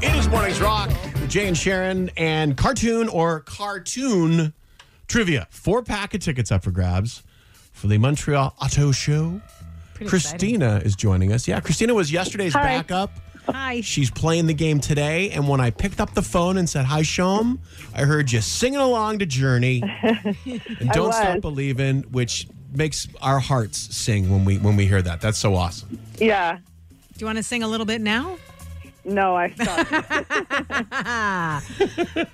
this morning's rock with Jay and Sharon and cartoon or cartoon trivia. Four pack of tickets up for grabs for the Montreal Auto Show. Pretty exciting. Christina is joining us. Yeah, Christina was yesterday's Hi. backup. Hi. She's playing the game today. And when I picked up the phone and said, Hi, Shom, I heard you singing along to Journey and Don't Stop was. Believing, which makes our hearts sing when we when we hear that. That's so awesome. Yeah. Do you want to sing a little bit now? No, I stopped.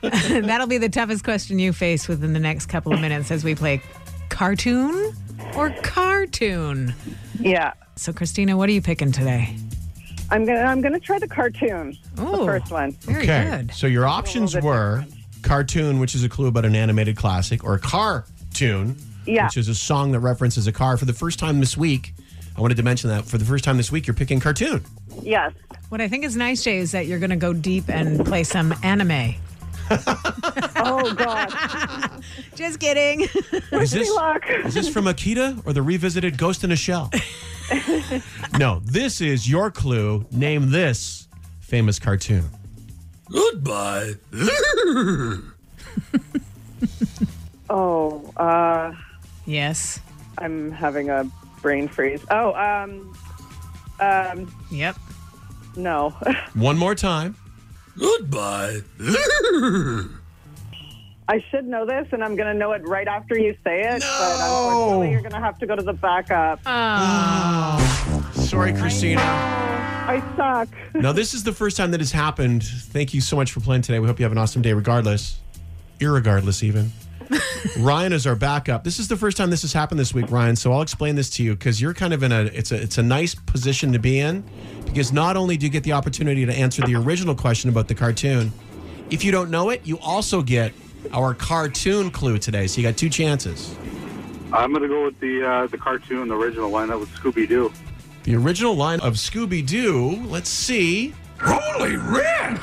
That'll be the toughest question you face within the next couple of minutes as we play cartoon or cartoon. yeah. So, Christina, what are you picking today? I'm gonna I'm gonna try the cartoon. Ooh. The first one. Very good. So your options bit were cartoon, which is a clue about an animated classic, or car tune, Yeah. which is a song that references a car. For the first time this week, I wanted to mention that for the first time this week, you're picking cartoon. Yes. What I think is nice, Jay, is that you're going to go deep and play some anime. Oh God. Just kidding. Is this, luck. is this from Akita or the revisited Ghost in a Shell? no, this is your clue. Name this famous cartoon. Goodbye. Oh, uh, yes. I'm having a brain freeze. Oh, um, um, Yep. no. One more time. Goodbye. I should know this, and I'm gonna know it right after you say it. No. But unfortunately, you're gonna have to go to the backup. Sorry, Christina. I suck. Now, this is the first time that has happened. Thank you so much for playing today. We hope you have an awesome day, regardless, irregardless, even. Ryan is our backup. This is the first time this has happened this week, Ryan. So I'll explain this to you because you're kind of in a it's a it's a nice position to be in because not only do you get the opportunity to answer the original question about the cartoon, if you don't know it, you also get our cartoon clue today. So you got two chances. I'm gonna go with the uh, the cartoon, the original line. That was Scooby Doo. The original line of Scooby Doo. Let's see. Holy red!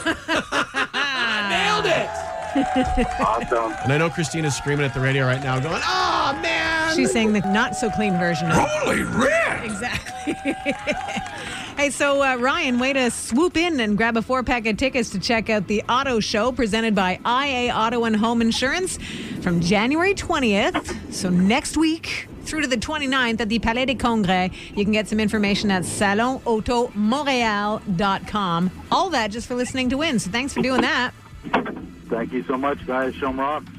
Awesome. And I know Christina's screaming at the radio right now, going, "Oh man!" She's saying the not so clean version of Holy red! Exactly. hey, so uh, Ryan, way to swoop in and grab a four pack of tickets to check out the auto show presented by IA Auto and Home Insurance from January 20th. So next week through to the 29th at the Palais des Congrès. You can get some information at salonautomontreal.com. All that just for listening to win. So thanks for doing that. Thank you so much, guys. Show 'em rock.